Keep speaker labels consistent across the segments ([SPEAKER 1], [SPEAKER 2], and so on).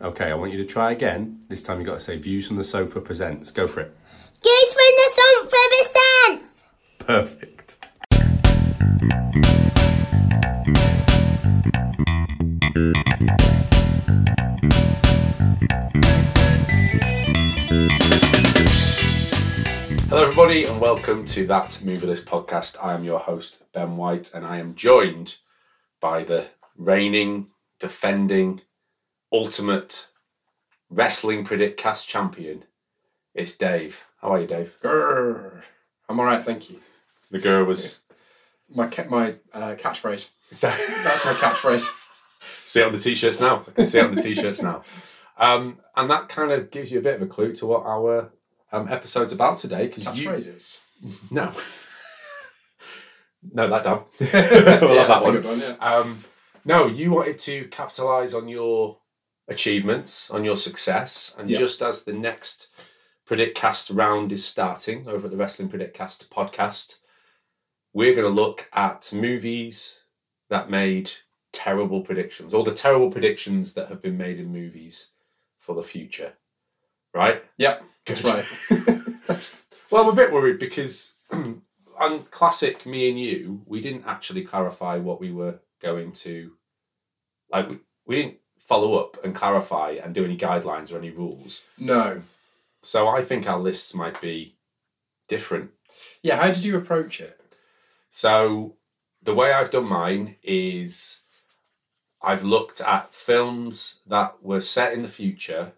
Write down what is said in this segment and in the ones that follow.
[SPEAKER 1] Okay, I want you to try again. This time you've got to say Views from the Sofa Presents. Go for it.
[SPEAKER 2] Goose from the sun for the sense.
[SPEAKER 1] Perfect.
[SPEAKER 3] Hello, everybody, and welcome to that Movie List podcast. I am your host, Ben White, and I am joined by the reigning, defending, ultimate wrestling predict cast champion. It's Dave. How are you, Dave?
[SPEAKER 4] Grrr. I'm all right, thank you.
[SPEAKER 3] The girl was.
[SPEAKER 4] My ca- my uh, catchphrase.
[SPEAKER 3] Is that-
[SPEAKER 4] That's my catchphrase.
[SPEAKER 3] see it on the t-shirts now. I can see it on the t-shirts now. Um, and that kind of gives you a bit of a clue to what our um, episode's about today. Because you
[SPEAKER 4] Catchphrases.
[SPEAKER 3] no, no, that down. we'll
[SPEAKER 4] yeah,
[SPEAKER 3] have that
[SPEAKER 4] that's a
[SPEAKER 3] one.
[SPEAKER 4] good one. Yeah.
[SPEAKER 3] Um, no, you wanted to capitalize on your achievements, on your success, and
[SPEAKER 4] Yeah.
[SPEAKER 3] just as the next Predictcast round is starting over at the Wrestling Predictcast podcast, we're going to look at movies that made terrible predictions, all the terrible predictions that have been made in movies for the future, right?
[SPEAKER 4] Yep,
[SPEAKER 3] Good.
[SPEAKER 4] that's right.
[SPEAKER 3] Well, I'm a bit worried because on classic me and you, we didn't actually clarify what we were going to like. We, we didn't follow up and clarify and do any guidelines or any rules.
[SPEAKER 4] No.
[SPEAKER 3] So I think our lists might be different.
[SPEAKER 4] Yeah, how did you approach it?
[SPEAKER 3] So the way I've done mine is I've looked at films that were set in the future,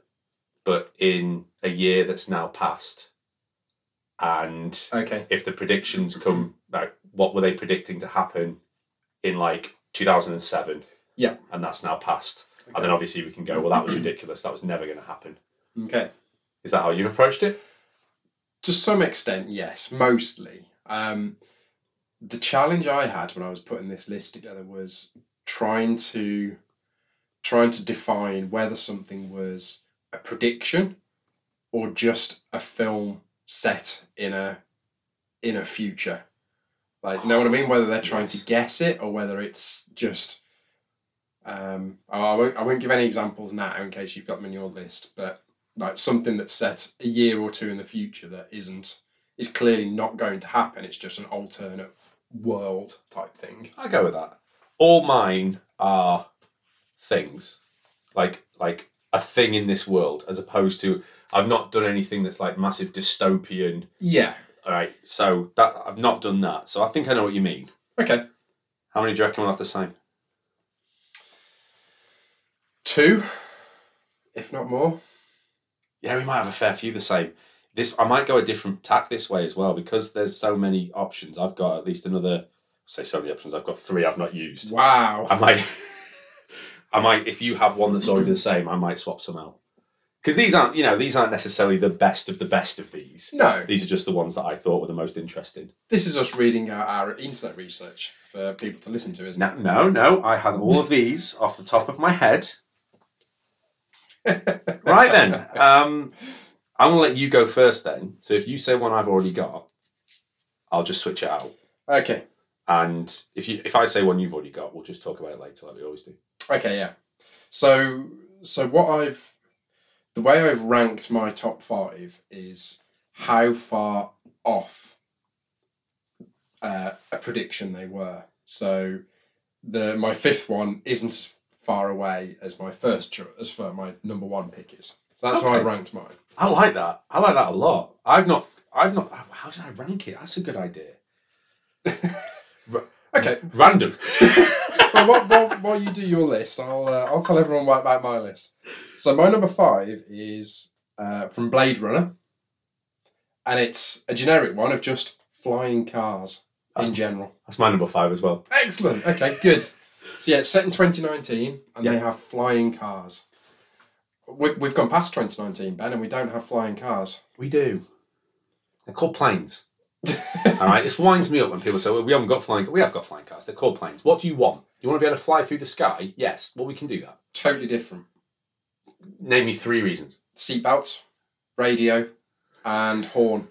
[SPEAKER 3] but in a year that's now past, and
[SPEAKER 4] Okay.
[SPEAKER 3] if the predictions come like what were they predicting to happen in like 2007
[SPEAKER 4] Yeah.
[SPEAKER 3] and that's now past and
[SPEAKER 4] Okay.
[SPEAKER 3] then obviously we can go well that was ridiculous that was never going to happen
[SPEAKER 4] Okay.
[SPEAKER 3] is that how you approached it
[SPEAKER 4] To some extent, yes, mostly. Um, the challenge I had when I was putting this list together was trying to trying to define whether something was a prediction or just a film set in a in a future. Like, you know what I mean? Whether they're trying to
[SPEAKER 3] Yes.
[SPEAKER 4] guess it or whether it's just. Um, oh, I won't. I won't give any examples now in case you've got them in your list, but like something that's set a year or two in the future that isn't is clearly not going to happen. It's just an alternate world type thing.
[SPEAKER 3] i go with that all mine are things like like a thing in this world as opposed to i've not done anything that's like massive dystopian
[SPEAKER 4] Yeah.
[SPEAKER 3] all right so that i've not done that so i think i know what you mean
[SPEAKER 4] Okay.
[SPEAKER 3] how many do you reckon we'll have to sign
[SPEAKER 4] Two, if not more.
[SPEAKER 3] Yeah, we might have a fair few the same. This I might go a different tack this way as well because there's so many options. I've got at least another say so many options. I've got three I've not used. I
[SPEAKER 4] Wow.
[SPEAKER 3] might, I might. If you have one that's already the same, I might swap some out because these aren't you know these aren't necessarily the best of the best of these.
[SPEAKER 4] No,
[SPEAKER 3] These are just the ones that I thought were the most interesting.
[SPEAKER 4] this is us reading out our internet research for people to listen to,
[SPEAKER 3] No,
[SPEAKER 4] isn't
[SPEAKER 3] no, no. I had all of these off the top of my head.
[SPEAKER 4] it?
[SPEAKER 3] Right then, um, I'm gonna let you go first then. So if you say one I've already got, I'll just switch it out.
[SPEAKER 4] okay.
[SPEAKER 3] And if you if I say one you've already got, we'll just talk about it later, like we always do.
[SPEAKER 4] Okay, yeah. So so what I've the way I've ranked my top five is how far off uh, a prediction they were. So the my fifth one isn't as far away as my first cho- as for my number one pick is. So that's how I
[SPEAKER 3] Okay.
[SPEAKER 4] ranked mine.
[SPEAKER 3] I like that. I like that a lot. I've not. I've not. How did I rank it? That's a good idea.
[SPEAKER 4] Okay,
[SPEAKER 3] Random.
[SPEAKER 4] well, while, while, while you do your list, I'll uh, I'll tell everyone wha- about my list. So my number five is uh, from Blade Runner, and it's a generic one of just flying cars in
[SPEAKER 3] That's-
[SPEAKER 4] general.
[SPEAKER 3] That's my number five as well.
[SPEAKER 4] Excellent. Okay, good. So yeah, it's set in 2019, and
[SPEAKER 3] Yeah.
[SPEAKER 4] they have flying cars. We, we've gone past 2019, Ben, and we don't have flying cars.
[SPEAKER 3] We do. They're called planes. All right. This winds me up when people say well, we haven't got flying. We have got flying cars. They're called planes. What do you want? You want to be able to fly through the sky? Yes. Well, we can do that.
[SPEAKER 4] totally different.
[SPEAKER 3] Name me three reasons.
[SPEAKER 4] Seatbelts, radio, and horn.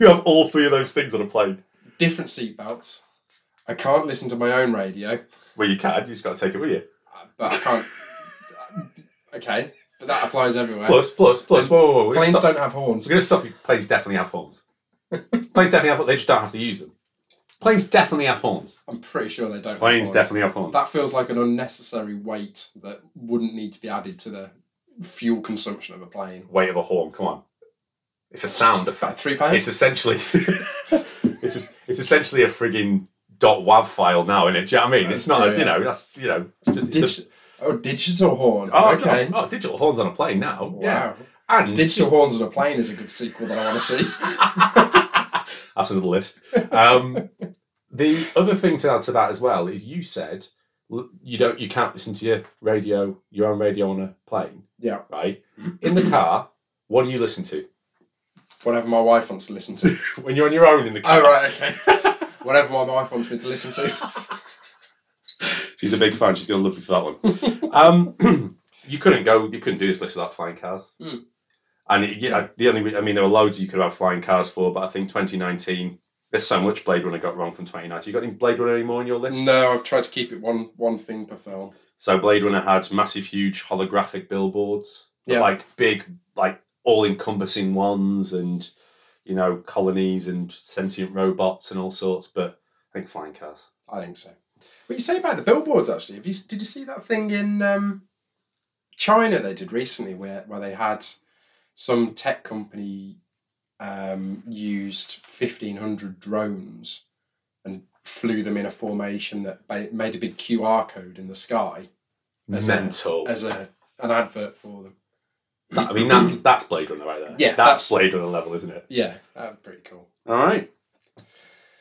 [SPEAKER 3] You have all three of those things on a plane.
[SPEAKER 4] Different seatbelts. I can't listen to my own radio.
[SPEAKER 3] Well, you can. You just got to take it with you.
[SPEAKER 4] but I can't. okay, that applies everywhere.
[SPEAKER 3] Plus, plus, plus. Whoa, whoa, whoa. We're gonna
[SPEAKER 4] Planes
[SPEAKER 3] stop-
[SPEAKER 4] don't have horns.
[SPEAKER 3] We're going to stop you. Planes definitely have horns. planes definitely have. They just don't have to use them. Planes definitely have horns.
[SPEAKER 4] I'm pretty sure they don't.
[SPEAKER 3] Planes
[SPEAKER 4] have horns.
[SPEAKER 3] definitely have horns.
[SPEAKER 4] That feels like an unnecessary weight that wouldn't need to be added to the fuel consumption of a plane.
[SPEAKER 3] Weight of a horn. Come on. It's a sound
[SPEAKER 4] Like
[SPEAKER 3] effect.
[SPEAKER 4] three pounds.
[SPEAKER 3] It's essentially. it's es- it's essentially a frigging dot wav file now, isn't it? Do you know what I mean?
[SPEAKER 4] That's
[SPEAKER 3] It's not. A, you
[SPEAKER 4] brilliant.
[SPEAKER 3] know. That's you know. it's a- it's a-
[SPEAKER 4] Digi- oh, digital horn.
[SPEAKER 3] oh,
[SPEAKER 4] okay.
[SPEAKER 3] no. oh, digital horns on a plane now. Yeah.
[SPEAKER 4] Wow.
[SPEAKER 3] And
[SPEAKER 4] Digital horns on a plane is a good sequel that I want to see.
[SPEAKER 3] That's another list. Um, the other thing to add to that as well is you said l- you don't you can't listen to your radio your own radio on a plane,
[SPEAKER 4] Yeah.
[SPEAKER 3] right? In the car, what do you listen to
[SPEAKER 4] Whatever my wife wants to listen to.
[SPEAKER 3] when you're on your own in the car?
[SPEAKER 4] Oh right. Okay. Whatever my wife wants me to listen to.
[SPEAKER 3] She's a big fan. She's gonna love you for that one. um, you couldn't go. You couldn't do this list without flying cars.
[SPEAKER 4] Hmm.
[SPEAKER 3] And it, yeah, the only re- I mean there were loads you could have flying cars for, but I think 2019 there's so much Blade Runner got wrong from 2019. You got any Blade Runner anymore on your list?
[SPEAKER 4] No, I've tried to keep it one one thing per film.
[SPEAKER 3] So Blade Runner had massive, huge holographic billboards,
[SPEAKER 4] Yeah.
[SPEAKER 3] like big, like all-encompassing ones, and you know colonies and sentient robots and all sorts. But I think flying cars.
[SPEAKER 4] I think so. What you say about the billboards? Actually, have you did you see that thing in um, China they did recently where where they had some tech company um, used fifteen hundred drones and flew them in a formation that ba- made a big QR code in the sky As a-
[SPEAKER 3] Mental.
[SPEAKER 4] as a an advert for them.
[SPEAKER 3] That- I mean, that's that's Blade Runner right there.
[SPEAKER 4] Yeah,
[SPEAKER 3] that's,
[SPEAKER 4] that's-
[SPEAKER 3] Blade Runner level, isn't it?
[SPEAKER 4] Yeah, that was pretty cool.
[SPEAKER 3] All right.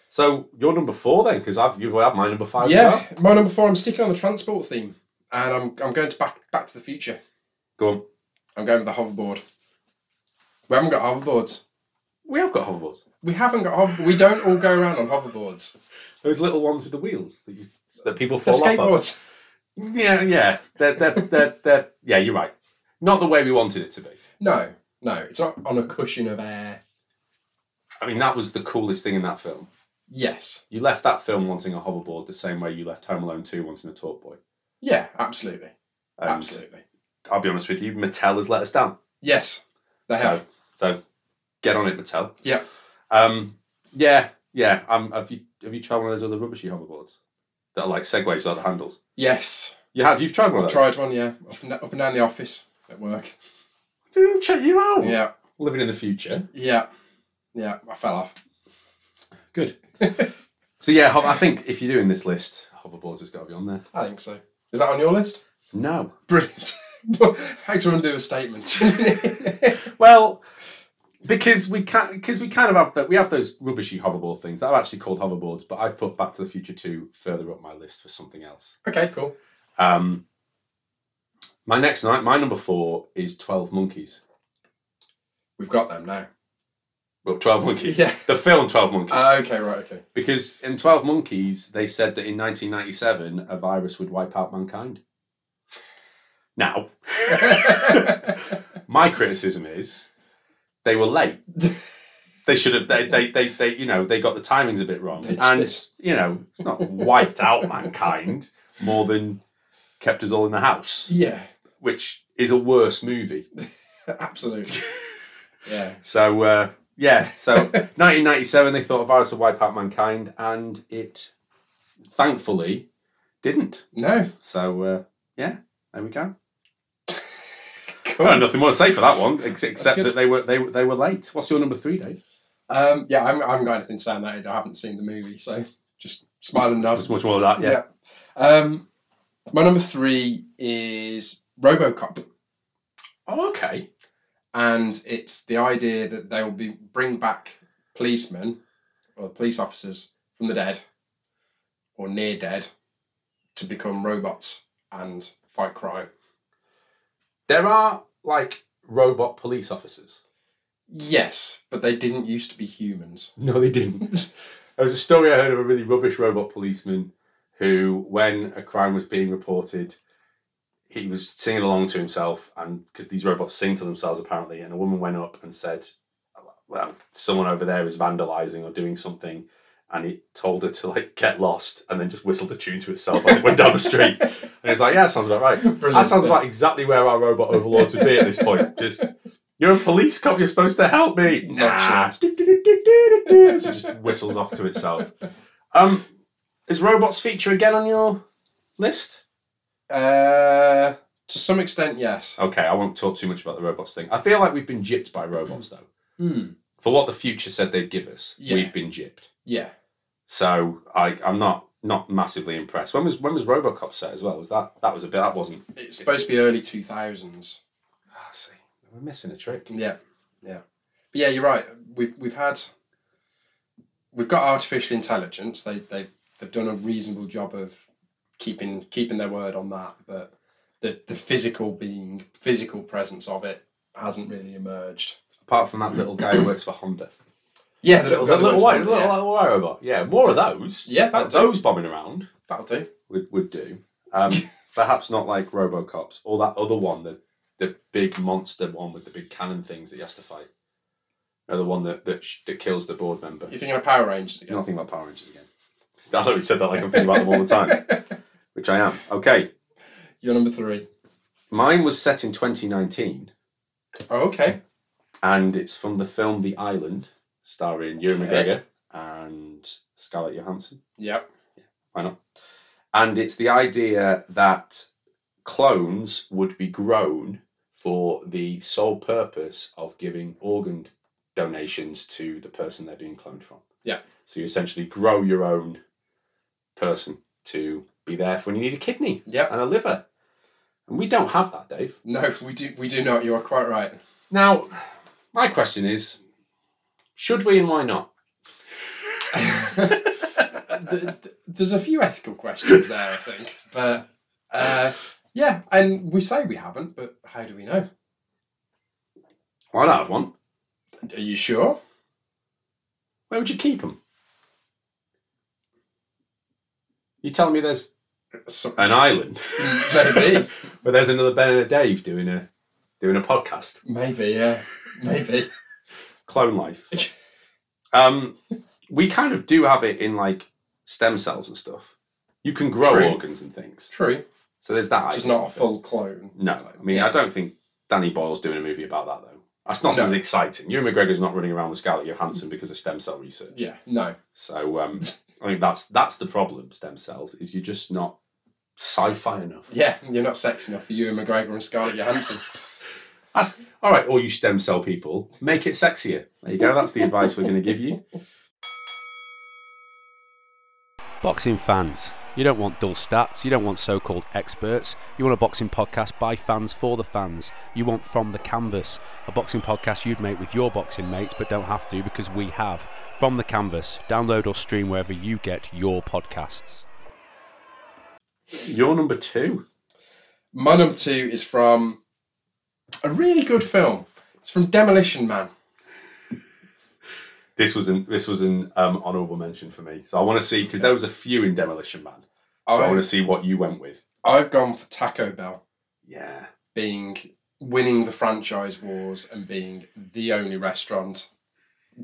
[SPEAKER 3] So you're number four then, because I've you've had my number five. as
[SPEAKER 4] yeah,
[SPEAKER 3] well.
[SPEAKER 4] my number four. I'm sticking on the transport theme, and I'm I'm going to back Back to the Future.
[SPEAKER 3] Go on.
[SPEAKER 4] I'm going with the hoverboard. We haven't got hoverboards.
[SPEAKER 3] We have got hoverboards.
[SPEAKER 4] We haven't got hover. We don't all go around on hoverboards.
[SPEAKER 3] Those little ones with the wheels that you, that people
[SPEAKER 4] They're
[SPEAKER 3] fall off. of.
[SPEAKER 4] skateboards.
[SPEAKER 3] Yeah, yeah. They're, they're, they're, they're, yeah, you're right. Not the way we wanted it to be.
[SPEAKER 4] No, no, it's not on a cushion of air.
[SPEAKER 3] I mean, that was the coolest thing in that film.
[SPEAKER 4] Yes.
[SPEAKER 3] You left that film wanting a hoverboard the same way you left Home Alone 2 wanting a talk boy.
[SPEAKER 4] Yeah. Absolutely.
[SPEAKER 3] And
[SPEAKER 4] absolutely.
[SPEAKER 3] I'll be honest with you, Mattel has let us down.
[SPEAKER 4] Yes. They
[SPEAKER 3] so,
[SPEAKER 4] have.
[SPEAKER 3] So get on it, Mattel.
[SPEAKER 4] Yep.
[SPEAKER 3] Um, yeah, yeah. Um, have you have you tried one of those other rubbishy hoverboards that are like segways without the handles?
[SPEAKER 4] Yes.
[SPEAKER 3] You have. You've tried one of
[SPEAKER 4] I've
[SPEAKER 3] those.
[SPEAKER 4] tried one. Yeah. Up and, up and down the office at work.
[SPEAKER 3] Dude, check you out.
[SPEAKER 4] Yeah.
[SPEAKER 3] Living in the future.
[SPEAKER 4] Yeah. Yeah. I fell off.
[SPEAKER 3] Good. so yeah, hov- I think if you're doing this list, hoverboards has got to be on there.
[SPEAKER 4] I think so. Is that on your list?
[SPEAKER 3] No.
[SPEAKER 4] Brilliant. How to undo a statement.
[SPEAKER 3] Well, because we can because we kind of have that we have those rubbishy hoverboard things that are actually called hoverboards, but I've put Back to the Future Two further up my list for something else.
[SPEAKER 4] okay. Cool.
[SPEAKER 3] Um, my next night, my number four is Twelve Monkeys.
[SPEAKER 4] We've got them now.
[SPEAKER 3] Well, Twelve Monkeys.
[SPEAKER 4] Yeah.
[SPEAKER 3] The film Twelve Monkeys.
[SPEAKER 4] Uh, okay. Right. Okay.
[SPEAKER 3] because in Twelve Monkeys, they said that in 1997 a virus would wipe out mankind. Now, my criticism is they were late. They should have. They, they, they, they, you know, they got the timings a bit wrong,
[SPEAKER 4] They did.
[SPEAKER 3] and you know, it's not wiped out mankind more than kept us all in the house,
[SPEAKER 4] yeah,
[SPEAKER 3] which is a worse movie.
[SPEAKER 4] absolutely. Yeah.
[SPEAKER 3] So uh, yeah, so 1997, they thought a virus would wipe out mankind, and it thankfully didn't.
[SPEAKER 4] No.
[SPEAKER 3] So uh, yeah, there we go. Well, nothing more to say for that one, ex- except
[SPEAKER 4] good.
[SPEAKER 3] that they were they were- they were late. What's your number three, Dave?
[SPEAKER 4] Um, yeah, I haven't, I haven't got anything to say on that. I haven't seen the movie, so just smiling and
[SPEAKER 3] That's much more of that. Yeah.
[SPEAKER 4] Um, my number three is RoboCop,
[SPEAKER 3] Oh, okay.
[SPEAKER 4] and it's the idea that they will be bring back policemen or police officers from the dead or near dead to become robots and fight crime.
[SPEAKER 3] There are like robot police officers.
[SPEAKER 4] Yes, but they didn't used to be humans.
[SPEAKER 3] No, they didn't. there was a story I heard of a really rubbish robot policeman who, when a crime was being reported, he was singing along to himself, and because these robots sing to themselves apparently, and a woman went up and said, "Well, someone over there is vandalising or doing something," and he told her to like get lost, and then just whistled a tune to itself as it went down the street. And he was like, yeah, sounds about right. That
[SPEAKER 4] Brilliant.
[SPEAKER 3] sounds about exactly where our robot overlords would be at this point. Just, you're a police cop, you're supposed to help me. Nah.
[SPEAKER 4] Not
[SPEAKER 3] it just whistles off to itself. Um, is robots feature again on your list?
[SPEAKER 4] Uh, to some extent, yes.
[SPEAKER 3] Okay, I won't talk too much about the robots thing. I feel like we've been gypped by robots, though.
[SPEAKER 4] Hmm.
[SPEAKER 3] For what the future said they'd give us,
[SPEAKER 4] Yeah.
[SPEAKER 3] we've been gypped.
[SPEAKER 4] Yeah.
[SPEAKER 3] So I, I'm not not massively impressed. When was when was RoboCop set as well? Was that that was a bit that wasn't?
[SPEAKER 4] It's supposed to be early 2000s.
[SPEAKER 3] Ah, see, we're missing a trick.
[SPEAKER 4] Yeah, yeah, but yeah, you're right. We've we've had we've got artificial intelligence. They they they've done a reasonable job of keeping keeping their word on that, but the the physical being physical presence of it hasn't really emerged.
[SPEAKER 3] Apart from that little guy who works for Honda,
[SPEAKER 4] Yeah,
[SPEAKER 3] the little, the little, white,
[SPEAKER 4] one,
[SPEAKER 3] little, little white robot. Yeah, more of those.
[SPEAKER 4] Yeah, that'll
[SPEAKER 3] Like
[SPEAKER 4] do.
[SPEAKER 3] those bombing around
[SPEAKER 4] that'll do.
[SPEAKER 3] would would do. Um, perhaps not like RoboCops or that other one, the the big monster one with the big cannon things that he has to fight. Or the one that that, sh- that kills the board member.
[SPEAKER 4] You're thinking of Power Rangers again.
[SPEAKER 3] Nothing about Power Rangers again. I know we said that like I'm thinking about them all the time, which I am. Okay.
[SPEAKER 4] You're number three.
[SPEAKER 3] Mine was set in 2019,
[SPEAKER 4] Oh, okay.
[SPEAKER 3] and it's from the film The Island, starring Ewan
[SPEAKER 4] Okay.
[SPEAKER 3] McGregor and Scarlett Johansson.
[SPEAKER 4] Yep.
[SPEAKER 3] Why not? And it's the idea that clones would be grown for the sole purpose of giving organ donations to the person they're being cloned from.
[SPEAKER 4] Yeah.
[SPEAKER 3] So you essentially grow your own person to be there for when you need a kidney
[SPEAKER 4] Yep.
[SPEAKER 3] and a liver. And we don't have that, Dave.
[SPEAKER 4] No, we do we do not. You are quite right.
[SPEAKER 3] Now, my question is should we and why not?
[SPEAKER 4] th- th- there's a few ethical questions there, I think. But uh, yeah, and we say we haven't, but how do we know?
[SPEAKER 3] Why not have one?
[SPEAKER 4] Are you sure?
[SPEAKER 3] Where would you keep them? You telling me there's
[SPEAKER 4] So-
[SPEAKER 3] an island,
[SPEAKER 4] maybe,
[SPEAKER 3] but there's another Ben and a Dave doing a doing a podcast,
[SPEAKER 4] maybe, yeah, maybe.
[SPEAKER 3] Clone Life. um, we kind of do have it in like stem cells and stuff. You can grow
[SPEAKER 4] True.
[SPEAKER 3] organs and things,
[SPEAKER 4] True.
[SPEAKER 3] so there's that.
[SPEAKER 4] Just
[SPEAKER 3] idea
[SPEAKER 4] not a
[SPEAKER 3] of it.
[SPEAKER 4] full clone.
[SPEAKER 3] No, I mean I don't think Danny Boyle's doing a movie about that though. That's not
[SPEAKER 4] No.
[SPEAKER 3] as exciting. Ewan McGregor's not running around with Scarlett Johansson because of stem cell research.
[SPEAKER 4] Yeah. No.
[SPEAKER 3] So um, I think that's that's the problem. Stem cells is you're just not sci-fi enough.
[SPEAKER 4] Yeah, you're not sexy enough for you and McGregor and Scarlett Johansson.
[SPEAKER 3] That's all right. All you stem cell people, make it sexier. There you go. That's the advice we're going to give you.
[SPEAKER 5] Boxing fans, you don't want dull stats, you don't want so called experts. You want a boxing podcast by fans for the fans. You want From the Canvas, a boxing podcast you'd make with your boxing mates but don't have to because we have. From the Canvas, download or stream wherever you get your podcasts.
[SPEAKER 3] You're number two.
[SPEAKER 4] My number two is from a really good film. It's from Demolition Man.
[SPEAKER 3] This was an this was an um, honourable mention for me. So I want to see because there was a few in Demolition Man. So I want to see what you went with.
[SPEAKER 4] I've gone for Taco Bell.
[SPEAKER 3] Yeah.
[SPEAKER 4] being winning the franchise wars and being the only restaurant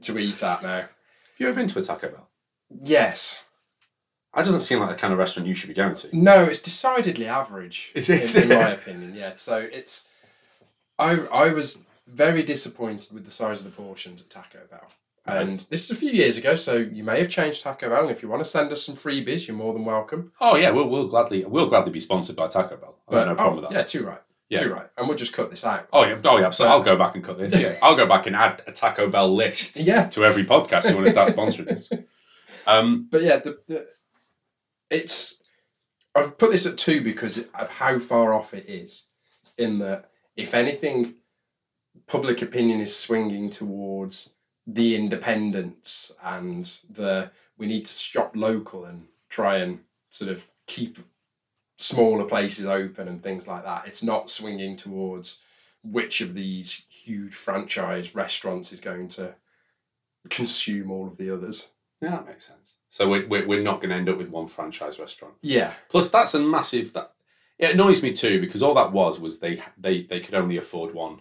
[SPEAKER 4] to eat at now.
[SPEAKER 3] Have you ever been to a Taco Bell?
[SPEAKER 4] Yes.
[SPEAKER 3] That doesn't seem like the kind of restaurant you should be going to.
[SPEAKER 4] No, it's decidedly average.
[SPEAKER 3] Is it?
[SPEAKER 4] In, in my opinion, yeah. So it's I I was very disappointed with the size of the portions at Taco Bell. And this is a few years ago, so you may have changed Taco Bell. And if you want to send us some freebies, you're more than welcome.
[SPEAKER 3] Oh yeah, we'll we'll gladly we'll gladly be sponsored by Taco Bell. I've got no problem
[SPEAKER 4] oh,
[SPEAKER 3] with that.
[SPEAKER 4] Yeah, too right.
[SPEAKER 3] Yeah.
[SPEAKER 4] Too right. And we'll just cut this out.
[SPEAKER 3] Oh yeah, oh yeah. So I'll go back and cut this. Yeah, I'll go back and add a Taco Bell list
[SPEAKER 4] Yeah.
[SPEAKER 3] to every podcast. You want to start sponsoring this? Um,
[SPEAKER 4] But yeah, the, the it's I've put this at two because of how far off it is. In that, if anything, public opinion is swinging towards the independence and the we need to shop local and try and sort of keep smaller places open and things like that. It's not swinging towards which of these huge franchise restaurants is going to consume all of the others.
[SPEAKER 3] yeah, that makes sense. So we're we're, we're not going to end up with one franchise restaurant.
[SPEAKER 4] Yeah.
[SPEAKER 3] Plus, that's a massive. That it annoys me too because all that was was they they they could only afford one.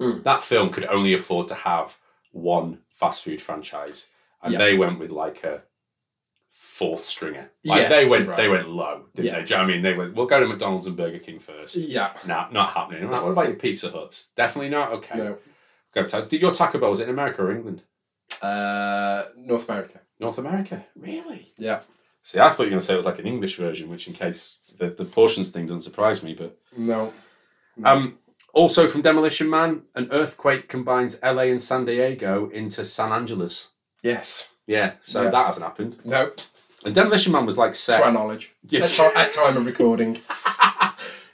[SPEAKER 4] Mm.
[SPEAKER 3] That film could only afford to have one fast food franchise, and
[SPEAKER 4] Yeah.
[SPEAKER 3] they went with like a fourth stringer. Like
[SPEAKER 4] Yeah,
[SPEAKER 3] they
[SPEAKER 4] that's
[SPEAKER 3] went
[SPEAKER 4] right.
[SPEAKER 3] they went low, didn't
[SPEAKER 4] Yeah.
[SPEAKER 3] they? Do you know what I mean? They went, we'll go to McDonald's and Burger King first.
[SPEAKER 4] Yeah.
[SPEAKER 3] Nah, not happening. I'm like, what about your Pizza Huts? Definitely not. Okay.
[SPEAKER 4] No.
[SPEAKER 3] Go to, did your Taco Bell was it in America or England?
[SPEAKER 4] Uh, North America.
[SPEAKER 3] North America. Really?
[SPEAKER 4] Yeah.
[SPEAKER 3] See, I thought you were going to say it was like an English version, which in case the, the portions thing doesn't surprise me. But
[SPEAKER 4] No. Hmm.
[SPEAKER 3] um, also from Demolition Man, an earthquake combines LA and San Diego into San Angeles.
[SPEAKER 4] Yes.
[SPEAKER 3] Yeah, so
[SPEAKER 4] Yeah.
[SPEAKER 3] that hasn't happened.
[SPEAKER 4] No.
[SPEAKER 3] And Demolition Man was like
[SPEAKER 4] To our
[SPEAKER 3] set.
[SPEAKER 4] knowledge.
[SPEAKER 3] Yeah.
[SPEAKER 4] At, ti- at time of recording.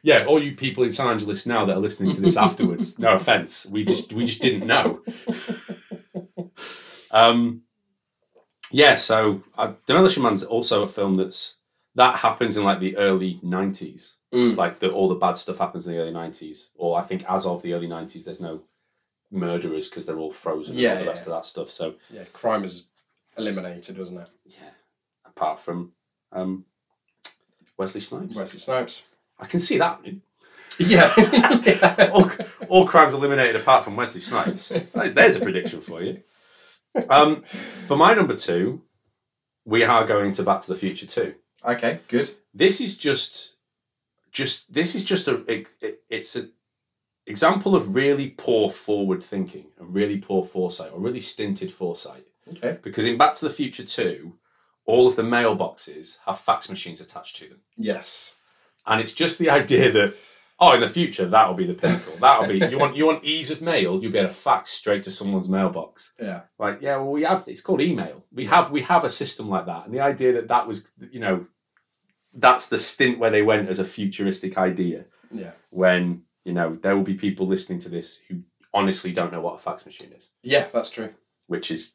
[SPEAKER 3] Yeah, all you people in San Angeles now that are listening to this afterwards, no offense, we just we just didn't know. um, yeah, so uh, Demolition Man's also a film that's that happens in like the early '90s.
[SPEAKER 4] Mm.
[SPEAKER 3] like the, all the bad stuff happens in the early 90s or i think as of the early 90s there's no murderers because they're all frozen
[SPEAKER 4] Yeah,
[SPEAKER 3] and all the
[SPEAKER 4] yeah,
[SPEAKER 3] rest of that stuff so
[SPEAKER 4] Yeah, crime is eliminated, wasn't it?
[SPEAKER 3] yeah apart from um, wesley snipes
[SPEAKER 4] Wesley Snipes.
[SPEAKER 3] i can see that
[SPEAKER 4] Yeah.
[SPEAKER 3] all, all crimes eliminated apart from wesley snipes there's a prediction for you um, for my number two we are going to back to the future too
[SPEAKER 4] okay, good.
[SPEAKER 3] this is just just this is just a it, it- it's an example of really poor forward thinking and really poor foresight or really stinted foresight
[SPEAKER 4] Okay.
[SPEAKER 3] because in back to the future 2 all of the mailboxes have fax machines attached to them
[SPEAKER 4] Yes.
[SPEAKER 3] and it's just the idea that oh in the future that'll be the pinnacle that'll be you want you want ease of mail you'll be able to fax straight to someone's mailbox
[SPEAKER 4] Yeah.
[SPEAKER 3] like yeah well we have it's called email we have we have a system like that and the idea that that was you know that's the stint where they went as a futuristic idea
[SPEAKER 4] Yeah.
[SPEAKER 3] when you know there will be people listening to this who honestly don't know what a fax machine is
[SPEAKER 4] Yeah, that's true.
[SPEAKER 3] which is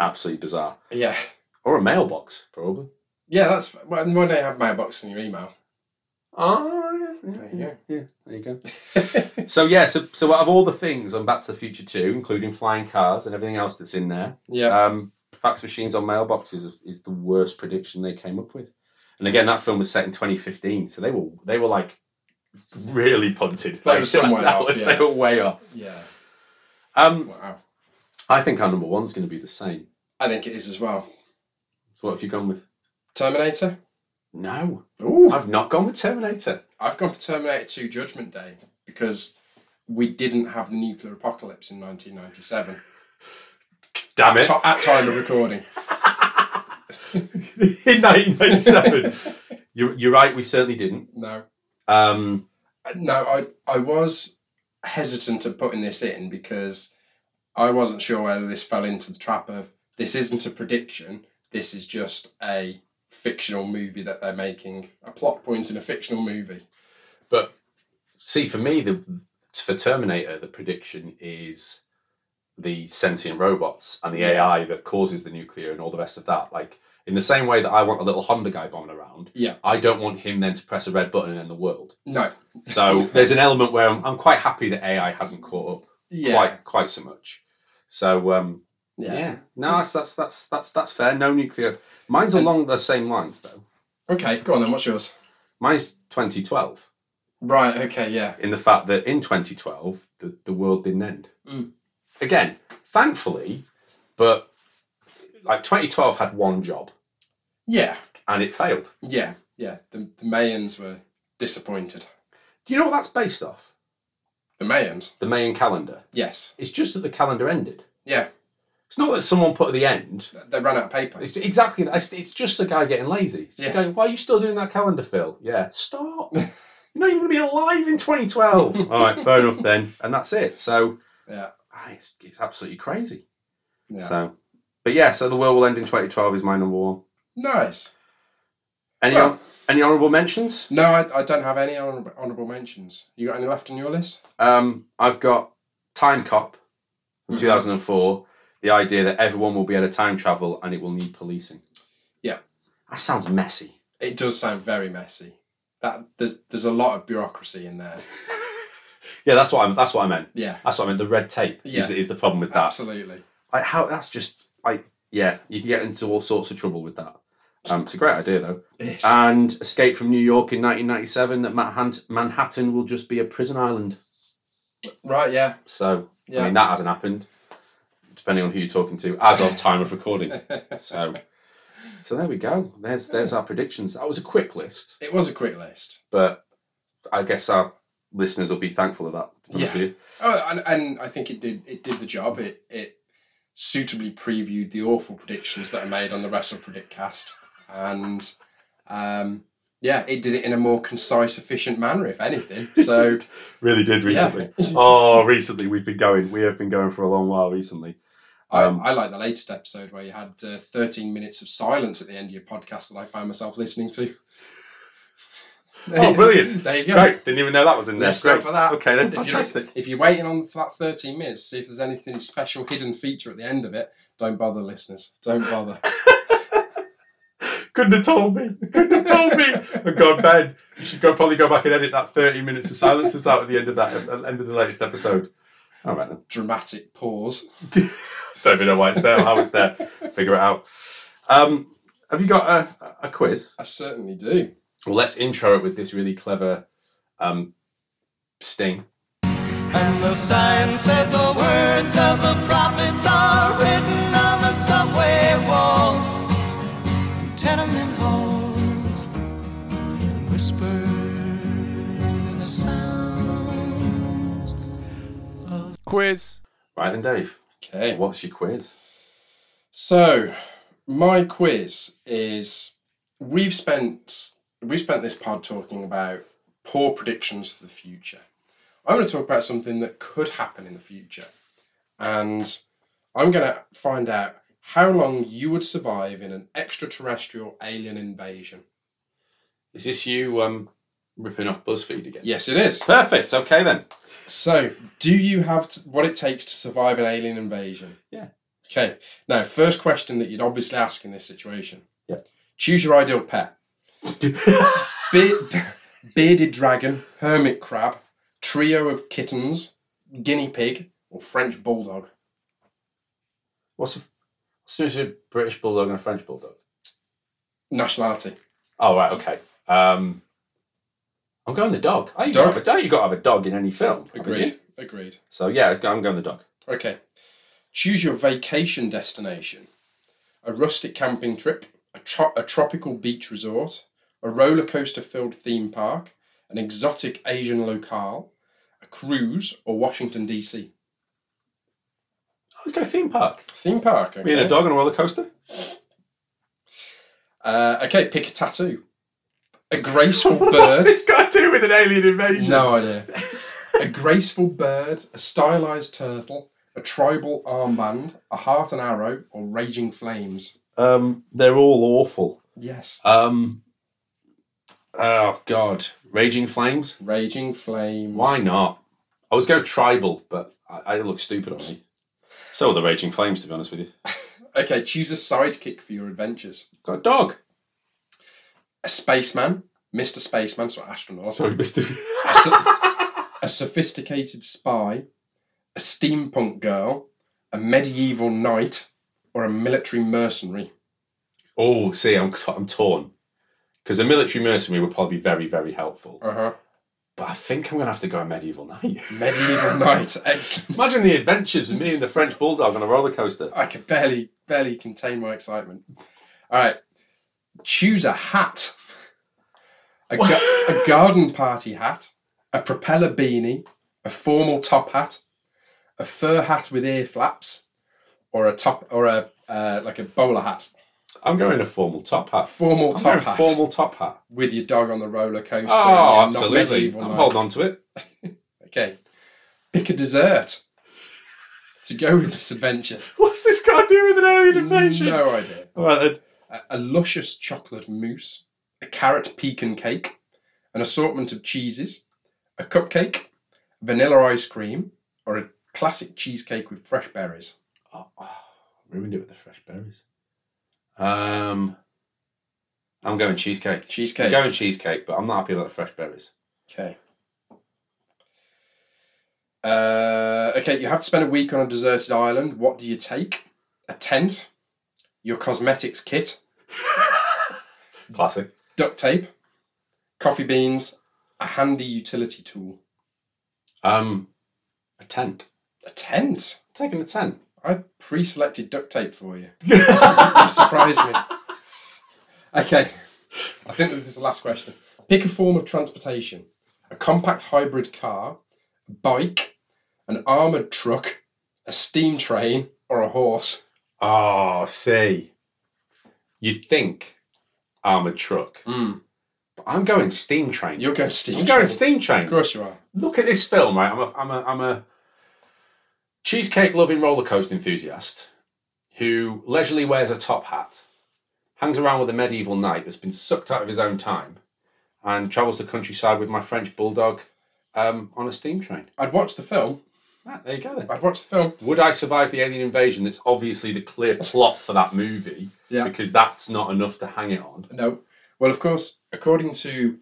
[SPEAKER 3] absolutely bizarre
[SPEAKER 4] Yeah.
[SPEAKER 3] or a mailbox probably
[SPEAKER 4] Yeah, that's well, and when they have mailbox in your email.
[SPEAKER 3] oh yeah,
[SPEAKER 4] There you go.
[SPEAKER 3] yeah there you go so yeah so, so out of all the things on back to the future 2 including flying cars and everything else that's in there
[SPEAKER 4] yeah.
[SPEAKER 3] Um, fax machines on mailboxes is, is the worst prediction they came up with. And again, that film was set in 2015, so they were they were like really punted.
[SPEAKER 4] They
[SPEAKER 3] Like,
[SPEAKER 4] were somewhere
[SPEAKER 3] that
[SPEAKER 4] off,
[SPEAKER 3] was-
[SPEAKER 4] yeah.
[SPEAKER 3] They were way off.
[SPEAKER 4] yeah.
[SPEAKER 3] Um,
[SPEAKER 4] Wow.
[SPEAKER 3] I think our number one's going to be the same.
[SPEAKER 4] I think it is as well.
[SPEAKER 3] So what have you gone with?
[SPEAKER 4] Terminator.
[SPEAKER 3] No,
[SPEAKER 4] Ooh.
[SPEAKER 3] I've not gone with Terminator.
[SPEAKER 4] I've gone for Terminator 2 Judgment Day because we didn't have the nuclear apocalypse in 1997
[SPEAKER 3] Damn it!
[SPEAKER 4] To- at time of recording.
[SPEAKER 3] in 1997, you're, you're right. We certainly didn't.
[SPEAKER 4] No,
[SPEAKER 3] Um,
[SPEAKER 4] no, I I was hesitant at putting this in because I wasn't sure whether this fell into the trap of this isn't a prediction. This is just a fictional movie that they're making a plot point in a fictional movie.
[SPEAKER 3] see, for me, the for Terminator, the prediction is the sentient robots and the AI that causes the nuclear and all the rest of that. Like in the same way that I want a little Honda guy bombing around,
[SPEAKER 4] Yeah.
[SPEAKER 3] I don't want him then to press a red button and end the world.
[SPEAKER 4] No.
[SPEAKER 3] So there's an element where I'm, I'm quite happy that AI hasn't caught up
[SPEAKER 4] Yeah.
[SPEAKER 3] quite quite so much. So um, yeah.
[SPEAKER 4] Yeah.
[SPEAKER 3] no, that's, that's that's that's that's fair. No nuclear. Mine's along the same lines though.
[SPEAKER 4] Okay. Go on then. What's yours?
[SPEAKER 3] Mine's 2012
[SPEAKER 4] Right. Okay. Yeah.
[SPEAKER 3] in the fact that in 2012 the, the world didn't end.
[SPEAKER 4] Mm.
[SPEAKER 3] Again, thankfully, but like 2012 had one job
[SPEAKER 4] Yeah.
[SPEAKER 3] and it failed.
[SPEAKER 4] Yeah. Yeah. The, the Mayans were disappointed.
[SPEAKER 3] Do you know what that's based off?
[SPEAKER 4] The Mayans.
[SPEAKER 3] The Mayan calendar.
[SPEAKER 4] Yes.
[SPEAKER 3] It's just that the calendar ended.
[SPEAKER 4] Yeah.
[SPEAKER 3] It's not that someone put at the end.
[SPEAKER 4] They ran out of paper.
[SPEAKER 3] It's exactly. It's, it's just the guy getting lazy. He's
[SPEAKER 4] Yeah.
[SPEAKER 3] going, "Why are you still doing that calendar, Phil? Yeah, stop. You're not even gonna be alive in 2012. All right, fair enough then. And that's it. So
[SPEAKER 4] Yeah.
[SPEAKER 3] ah, it's it's absolutely crazy.
[SPEAKER 4] Yeah.
[SPEAKER 3] So, but yeah, so the world will end in 2012 is my number one.
[SPEAKER 4] Nice.
[SPEAKER 3] Any
[SPEAKER 4] Well-
[SPEAKER 3] any honourable mentions?
[SPEAKER 4] No, I, I don't have any honourable, honourable mentions. You got any left on your list?
[SPEAKER 3] Um, I've got Time Cop, from
[SPEAKER 4] Mhm.
[SPEAKER 3] 2004. The idea that everyone will be able to time travel and it will need policing.
[SPEAKER 4] Yeah.
[SPEAKER 3] that sounds messy.
[SPEAKER 4] It does sound very messy. That there's there's a lot of bureaucracy in there.
[SPEAKER 3] Yeah, that's what I'm. That's what I meant.
[SPEAKER 4] Yeah,
[SPEAKER 3] That's what I meant. The red tape is,
[SPEAKER 4] Yeah.
[SPEAKER 3] is the problem with that.
[SPEAKER 4] absolutely.
[SPEAKER 3] Like how that's just like yeah, you can get into all sorts of trouble with that. Um, it's a great idea though.
[SPEAKER 4] Yes.
[SPEAKER 3] And Escape from New York in 1997 that Manhattan Manhattan will just be a prison island.
[SPEAKER 4] right. Yeah.
[SPEAKER 3] So I
[SPEAKER 4] Yeah.
[SPEAKER 3] mean that hasn't happened, depending on who you're talking to, as of time of recording. So So there we go. There's there's our predictions. That was a quick list,
[SPEAKER 4] It was a quick list.
[SPEAKER 3] but I guess our listeners will be thankful of that. to be honest
[SPEAKER 4] Yeah.
[SPEAKER 3] with you.
[SPEAKER 4] Oh, and, and I think it did it did the job. It it suitably previewed the awful predictions that are made on the Wrestle Predict cast, and um, yeah, it did it in a more concise, efficient manner, if anything. So
[SPEAKER 3] Really did
[SPEAKER 4] Yeah.
[SPEAKER 3] recently. oh, recently we've been going. We have been going for a long while recently. Um,
[SPEAKER 4] I, I like the latest episode where you had uh, 13 minutes of silence at the end of your podcast that I found myself listening to.
[SPEAKER 3] Oh, brilliant.
[SPEAKER 4] There you go.
[SPEAKER 3] Great. Didn't even know that was in there.
[SPEAKER 4] Let's go
[SPEAKER 3] Great.
[SPEAKER 4] for that.
[SPEAKER 3] Okay, then.
[SPEAKER 4] If you're,
[SPEAKER 3] Fantastic.
[SPEAKER 4] if you're waiting on for that 13 minutes, see if there's anything special hidden feature at the end of it. Don't bother, listeners. Don't bother.
[SPEAKER 3] Couldn't have told me. Couldn't have told me. Oh God, Ben, you should go probably go back and edit that 30 minutes of silence that's out at the end of that at the end of the latest episode. All right then.
[SPEAKER 4] Dramatic pause.
[SPEAKER 3] Don't even know why it's there or how it's there. Figure it out. Um, have you got a, a quiz?
[SPEAKER 4] I certainly do.
[SPEAKER 3] Well, let's intro it with this really clever um, sting.
[SPEAKER 6] And the sign said the words of the prophets are written on the subway walls, and tenement halls, and whispered in the sounds
[SPEAKER 5] Quiz.
[SPEAKER 3] Right then, Dave.
[SPEAKER 4] Okay.
[SPEAKER 3] What's your quiz?
[SPEAKER 4] So, my quiz is we've spent we've spent this pod talking about poor predictions for the future. I'm going to talk about something that could happen in the future. And I'm going to find out how long you would survive in an extraterrestrial alien invasion.
[SPEAKER 3] Is this you um, ripping off BuzzFeed again?
[SPEAKER 4] Yes, it is.
[SPEAKER 3] Perfect. Okay then.
[SPEAKER 4] So, do you have t- what it takes to survive an alien invasion?
[SPEAKER 3] Yeah.
[SPEAKER 4] Okay. Now, first question that you'd obviously ask in this situation.
[SPEAKER 3] Yeah.
[SPEAKER 4] Choose your ideal pet. Be- bearded dragon, hermit crab, trio of kittens, guinea pig, or French bulldog.
[SPEAKER 3] What's a, what's the difference between a British bulldog and a French bulldog?
[SPEAKER 4] Nationality.
[SPEAKER 3] Oh right, okay. Um, I'm going the dog. I think
[SPEAKER 4] Dog?
[SPEAKER 3] You got you got to have a dog in any film. haven't you?
[SPEAKER 4] Agreed. Agreed.
[SPEAKER 3] So yeah, I'm going the dog.
[SPEAKER 4] Okay. Choose your vacation destination. A rustic camping trip, a, tro- a tropical beach resort, a roller coaster filled theme park, an exotic Asian locale, a cruise, or Washington DC.
[SPEAKER 3] Let's go theme park.
[SPEAKER 4] Theme park. Okay.
[SPEAKER 3] Me and a dog on a roller coaster.
[SPEAKER 4] Uh, okay, pick a tattoo. A graceful
[SPEAKER 3] What's
[SPEAKER 4] bird.
[SPEAKER 3] this got to do with an alien invasion?
[SPEAKER 4] No idea. a graceful bird, a stylized turtle, a tribal armband, a heart and arrow, or raging flames.
[SPEAKER 3] Um, they're all awful.
[SPEAKER 4] Yes.
[SPEAKER 3] Um, oh God, raging flames.
[SPEAKER 4] Raging flames.
[SPEAKER 3] Why not? I was going tribal, but I, I look stupid on me. So are the raging flames, to be honest with you.
[SPEAKER 4] Okay, choose a sidekick for your adventures.
[SPEAKER 3] Got a dog.
[SPEAKER 4] A spaceman, Mr. Spaceman, so astronaut.
[SPEAKER 3] Sorry, Mister.
[SPEAKER 4] A, so- a sophisticated spy, a steampunk girl, a medieval knight, or a military mercenary.
[SPEAKER 3] Oh, see, I'm I'm torn because a military mercenary would probably be very very helpful.
[SPEAKER 4] Uh huh.
[SPEAKER 3] But I think I'm gonna have to go a medieval knight.
[SPEAKER 4] Medieval knight, excellent.
[SPEAKER 3] Imagine the adventures of me and the French bulldog on a roller coaster.
[SPEAKER 4] I can barely barely contain my excitement. All right, choose a hat. A, ga- a garden party hat, a propeller beanie, a formal top hat, a fur hat with ear flaps, or a top or a uh, like a bowler hat.
[SPEAKER 3] I'm going a formal top hat.
[SPEAKER 4] Formal
[SPEAKER 3] I'm
[SPEAKER 4] top
[SPEAKER 3] going
[SPEAKER 4] hat
[SPEAKER 3] formal top hat.
[SPEAKER 4] with your dog on the roller coaster.
[SPEAKER 3] Oh,
[SPEAKER 4] and you're not
[SPEAKER 3] absolutely.
[SPEAKER 4] medieval
[SPEAKER 3] I'm
[SPEAKER 4] knight.
[SPEAKER 3] holding on to it.
[SPEAKER 4] Okay, pick a dessert to go with this adventure.
[SPEAKER 3] What's this guy doing with an alien invasion?
[SPEAKER 4] No idea.
[SPEAKER 3] All right then.
[SPEAKER 4] a, a luscious chocolate mousse, a carrot pecan cake, an assortment of cheeses, a cupcake, vanilla ice cream, or a classic cheesecake with fresh berries.
[SPEAKER 3] Oh, oh, ruined it with the fresh berries. Um, I'm going cheesecake.
[SPEAKER 4] Cheesecake.
[SPEAKER 3] I'm going cheesecake, but I'm not happy about the fresh berries.
[SPEAKER 4] Okay. Uh, okay, you have to spend a week on a deserted island. What do you take? A tent, your cosmetics kit,
[SPEAKER 3] Classic.
[SPEAKER 4] duct tape, coffee beans, a handy utility tool.
[SPEAKER 3] Um, a tent.
[SPEAKER 4] A tent?
[SPEAKER 3] I'm taking a tent.
[SPEAKER 4] I pre-selected duct tape for you. You surprised me. Okay. I think this is the last question. Pick a form of transportation a compact hybrid car, a bike, an armoured truck, a steam train, or a horse.
[SPEAKER 3] Oh, see. You'd think armoured truck.
[SPEAKER 4] Mm.
[SPEAKER 3] But I'm going steam train.
[SPEAKER 4] You're going steam
[SPEAKER 3] Hmm. I'm
[SPEAKER 4] train.
[SPEAKER 3] going steam train.
[SPEAKER 4] Of course you are.
[SPEAKER 3] Look at this film, right? I'm a, I'm a, I'm a cheesecake loving roller coaster enthusiast who leisurely wears a top hat, hangs around with a medieval knight that's been sucked out of his own time, and travels the countryside with my French bulldog um, on a steam train.
[SPEAKER 4] I'd watch the film.
[SPEAKER 3] Ah, there you go then.
[SPEAKER 4] I'd watch the film.
[SPEAKER 3] Would I survive the alien invasion? That's obviously the clear plot for that movie
[SPEAKER 4] Yeah.
[SPEAKER 3] because that's not enough to hang it on.
[SPEAKER 4] No. Well, of course, according to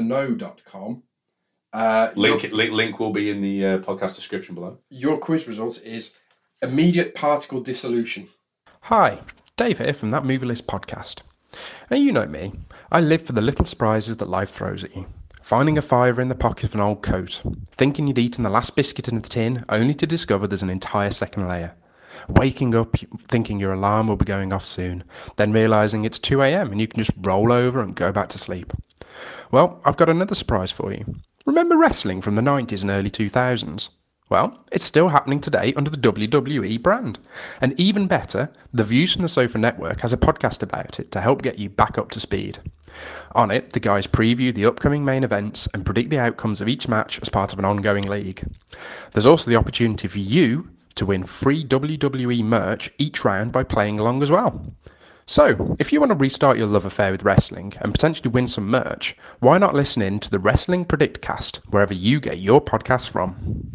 [SPEAKER 4] lovetoknow.com, uh,
[SPEAKER 3] Link,
[SPEAKER 4] your,
[SPEAKER 3] link, link will be in the uh, podcast description below.
[SPEAKER 4] your quiz result is immediate particle dissolution.
[SPEAKER 7] Hi, Dave here from That Movie List podcast. Now, you know me, I live for the little surprises that life throws at you. Finding a fiver in the pocket of an old coat, thinking you'd eaten the last biscuit in the tin, only to discover there's an entire second layer. Waking up thinking your alarm will be going off soon, then realizing it's 2 a.m. and you can just roll over and go back to sleep. Well, I've got another surprise for you. Remember wrestling from the 90s and early 2000s? Well, it's still happening today under the WWE brand. And even better, the Views from the Sofa Network has a podcast about it to help get you back up to speed. On it, the guys preview the upcoming main events and predict the outcomes of each match as part of an ongoing league. There's also the opportunity for you to win free WWE merch each round by playing along as well. So, if you want to restart your love affair with wrestling and potentially win some merch, why not listen in to the Wrestling Predict Cast wherever you get your podcast from?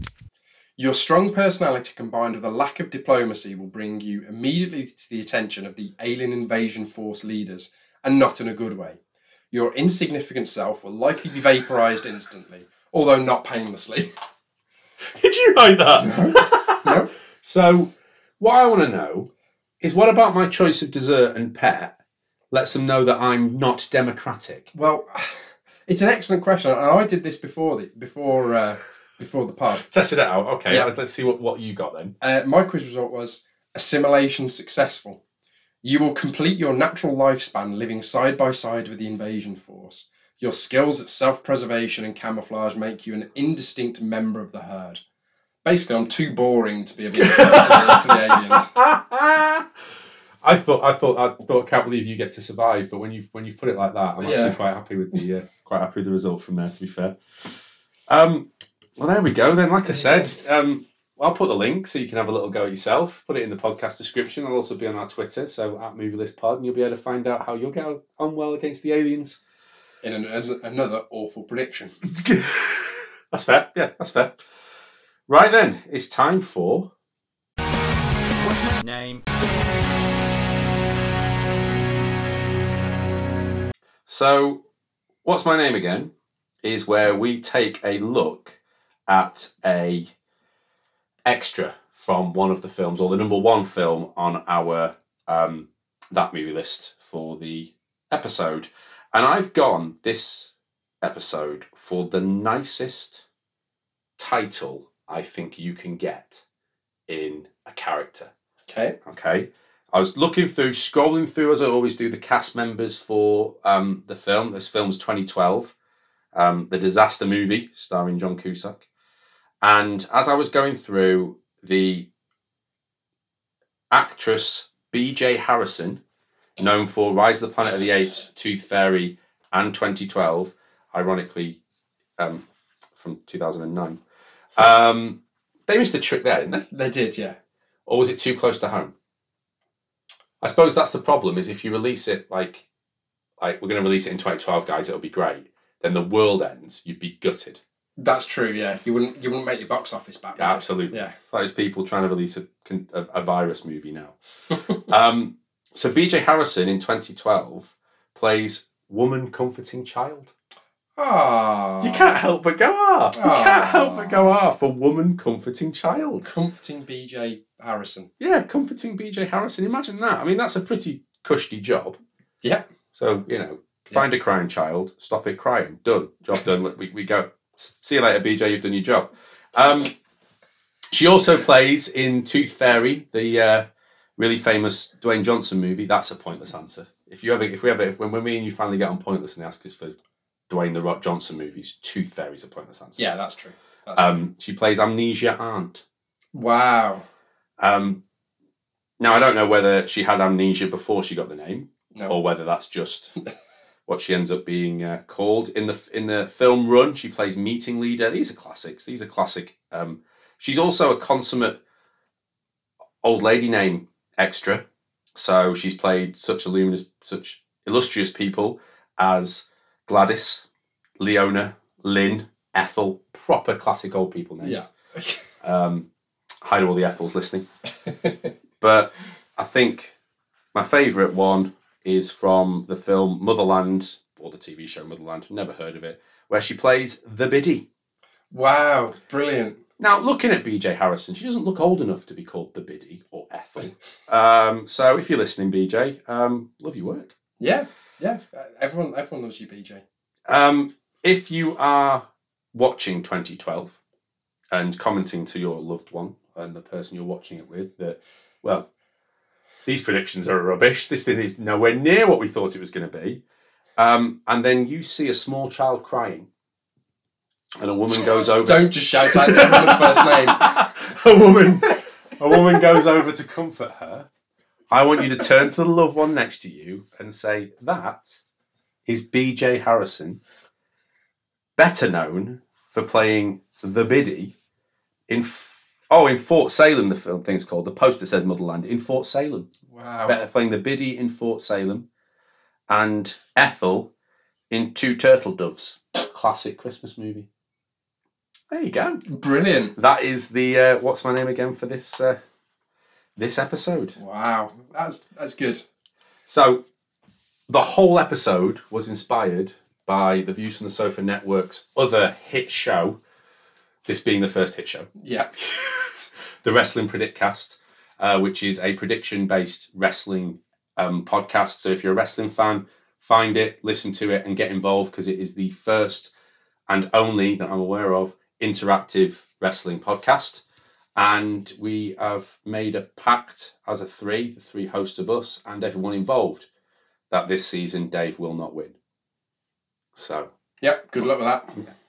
[SPEAKER 4] Your strong personality combined with a lack of diplomacy will bring you immediately to the attention of the alien invasion force leaders, and not in a good way. Your insignificant self will likely be vaporized instantly, although not painlessly.
[SPEAKER 3] Did you know that?
[SPEAKER 4] No?
[SPEAKER 3] So, what I want to know is what about my choice of dessert and pet lets them know that I'm not democratic?
[SPEAKER 4] Well, it's an excellent question, and I did this before the before uh, before the pod.
[SPEAKER 3] Tested it out. Okay,
[SPEAKER 4] Yeah.
[SPEAKER 3] let- let's see what, what you got then.
[SPEAKER 4] Uh, my quiz result was assimilation successful. You will complete your natural lifespan living side by side with the invasion force. Your skills at self preservation and camouflage make you an indistinct member of the herd. Basically, I'm too boring to be of interest to the, to the aliens.
[SPEAKER 3] I thought I thought I thought I can't believe you get to survive, but when you when you put it like that, I'm
[SPEAKER 4] Yeah.
[SPEAKER 3] actually quite happy with the uh, quite happy with the result from there. To be fair, um, well there we go then. Like I said, um, I'll put the link so you can have a little go at yourself. Put it in the podcast description. I'll also be on our Twitter, so at Movie List Pod, and you'll be able to find out how you'll get on well against the aliens.
[SPEAKER 4] In an, an- another awful prediction.
[SPEAKER 3] that's fair. Yeah, that's fair. Right then, it's time for
[SPEAKER 6] What's my name?
[SPEAKER 3] So, what's my name again? Is where we take a look at a extra from one of the films or the number one film on our um, that movie list for the episode, and I've gone this episode for the nicest title I think you can get in a character.
[SPEAKER 4] Okay.
[SPEAKER 3] Okay. I was looking through, scrolling through as I always do, the cast members for um, the film. This film's 2012, um, the disaster movie starring John Cusack. And as I was going through, the actress B.J. Harrison, known for Rise of the Planet of the Apes, Tooth Fairy, and 2012, ironically um, from 2009. Um, they missed a trick there, didn't they?
[SPEAKER 4] They did, yeah.
[SPEAKER 3] or was it too close to home? I suppose that's the problem. Is if you release it like, like we're going to release it in 2012, guys, it'll be great. Then the world ends. You'd be gutted.
[SPEAKER 4] That's true, yeah. You wouldn't you wouldn't make your box office back. would you?
[SPEAKER 3] absolutely.
[SPEAKER 4] Yeah.
[SPEAKER 3] Like it's people trying to release a, con- a, a virus movie now. um, so B.J. Harrison in 2012 plays woman comforting child.
[SPEAKER 4] Ah.
[SPEAKER 3] You can't help but go ah. You can't help but go ah for woman comforting child.
[SPEAKER 4] Comforting BJ Harrison.
[SPEAKER 3] Yeah, comforting B.J. Harrison. Imagine that. I mean, that's a pretty cushy job.
[SPEAKER 4] Yep.
[SPEAKER 3] So, you know, find a crying child, stop it crying. Done. Job done. Look, We, we go. S- See you later, BJ. You've done your job. Um, she also plays in Tooth Fairy, the uh, really famous Dwayne Johnson movie, that's a pointless answer. If you ever, if we ever, when, when me and you finally get on pointless and they ask us for Dwayne the Rock Johnson movies, Tooth Fairy's a pointless answer.
[SPEAKER 4] Yeah, that's true. That's
[SPEAKER 3] Um, she plays amnesia aunt.
[SPEAKER 4] true. Wow.
[SPEAKER 3] Um, now I don't know whether she had amnesia before she got the name,
[SPEAKER 4] No.
[SPEAKER 3] or whether that's just what she ends up being uh, called in the in the film run. She plays meeting leader. These are classics. These are classic. Um, she's also a consummate old lady name extra. So she's played such illuminous, such illustrious people as Gladys, Leona, Lynn, Ethel. Proper classic old people names.
[SPEAKER 4] Yeah.
[SPEAKER 3] Um, hi to all the Ethels listening. but I think my favourite one is from the film Motherland, or the TV show Motherland, never heard of it, where she plays the biddy.
[SPEAKER 4] Wow. Brilliant.
[SPEAKER 3] Now, looking at BJ Harrison, she doesn't look old enough to be called the biddy or Ethel. Um, so if you're listening, BJ, um, love your work.
[SPEAKER 4] Yeah. Yeah. Uh, Everyone, everyone loves you, BJ.
[SPEAKER 3] Um, if you are watching 2012 and commenting to your loved one and the person you're watching it with that, well, these predictions are rubbish. This thing is nowhere near what we thought it was going to be. Um, and then you see a small child crying, and a woman goes over.
[SPEAKER 4] Don't just shout out everyone's first name.
[SPEAKER 3] a woman, a woman goes over to comfort her. I want you to turn to the loved one next to you and say, "That is B.J. Harrison, better known for playing the Biddy in." F- Oh, in Fort Salem, the film thing's called. The poster says Motherland in Fort Salem.
[SPEAKER 4] Wow.
[SPEAKER 3] Better playing the Biddy in Fort Salem, and Ethel in Two Turtle Doves, classic Christmas movie. There you go
[SPEAKER 4] Brilliant.
[SPEAKER 3] that is the uh, what's my name again for this uh, this episode.
[SPEAKER 4] Wow. That's that's good.
[SPEAKER 3] So the whole episode was inspired by the Views from the Sofa Network's other hit show, this being the first hit show,
[SPEAKER 4] Yeah.
[SPEAKER 3] the Wrestling Predictcast, uh, which is a prediction-based wrestling um, podcast. So if you're a wrestling fan, find it, listen to it, and get involved because it is the first and only that I'm aware of interactive wrestling podcast. And we have made a pact as a three, the three hosts of us and everyone involved, that this season Dave will not win. So
[SPEAKER 4] Yep. Good luck with that.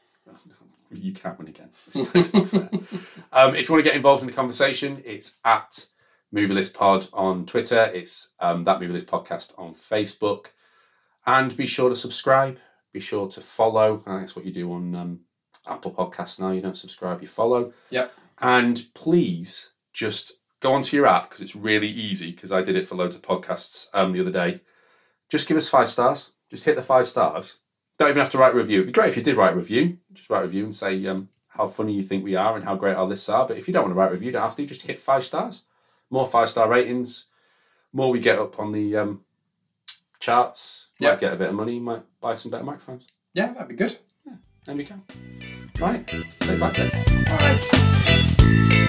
[SPEAKER 3] you can't win again. It's, it's not fair. um, if you want to get involved in the conversation, it's at Movie List Pod on Twitter. It's um, that Movie List Podcast on Facebook, and be sure to subscribe. Be sure to follow. I think that's what you do on um, Apple Podcasts now. You don't subscribe, you follow.
[SPEAKER 4] Yep.
[SPEAKER 3] And please just go onto your app because it's really easy. Because I did it for loads of podcasts um, the other day. Just give us five stars. Just hit the five stars. Don't even have to write a review. It'd be great if you did write a review. Just write a review and say um, how funny you think we are and how great our lists are. But if you don't want to write a review, you don't have to. Just hit five stars. More five star ratings, more we get up on the um, charts. Might
[SPEAKER 4] Yep.
[SPEAKER 3] get a bit of money. Might buy some better microphones.
[SPEAKER 4] Yeah, that'd be good.
[SPEAKER 3] There we go. Right. Say bye then.
[SPEAKER 4] All right.
[SPEAKER 3] Bye.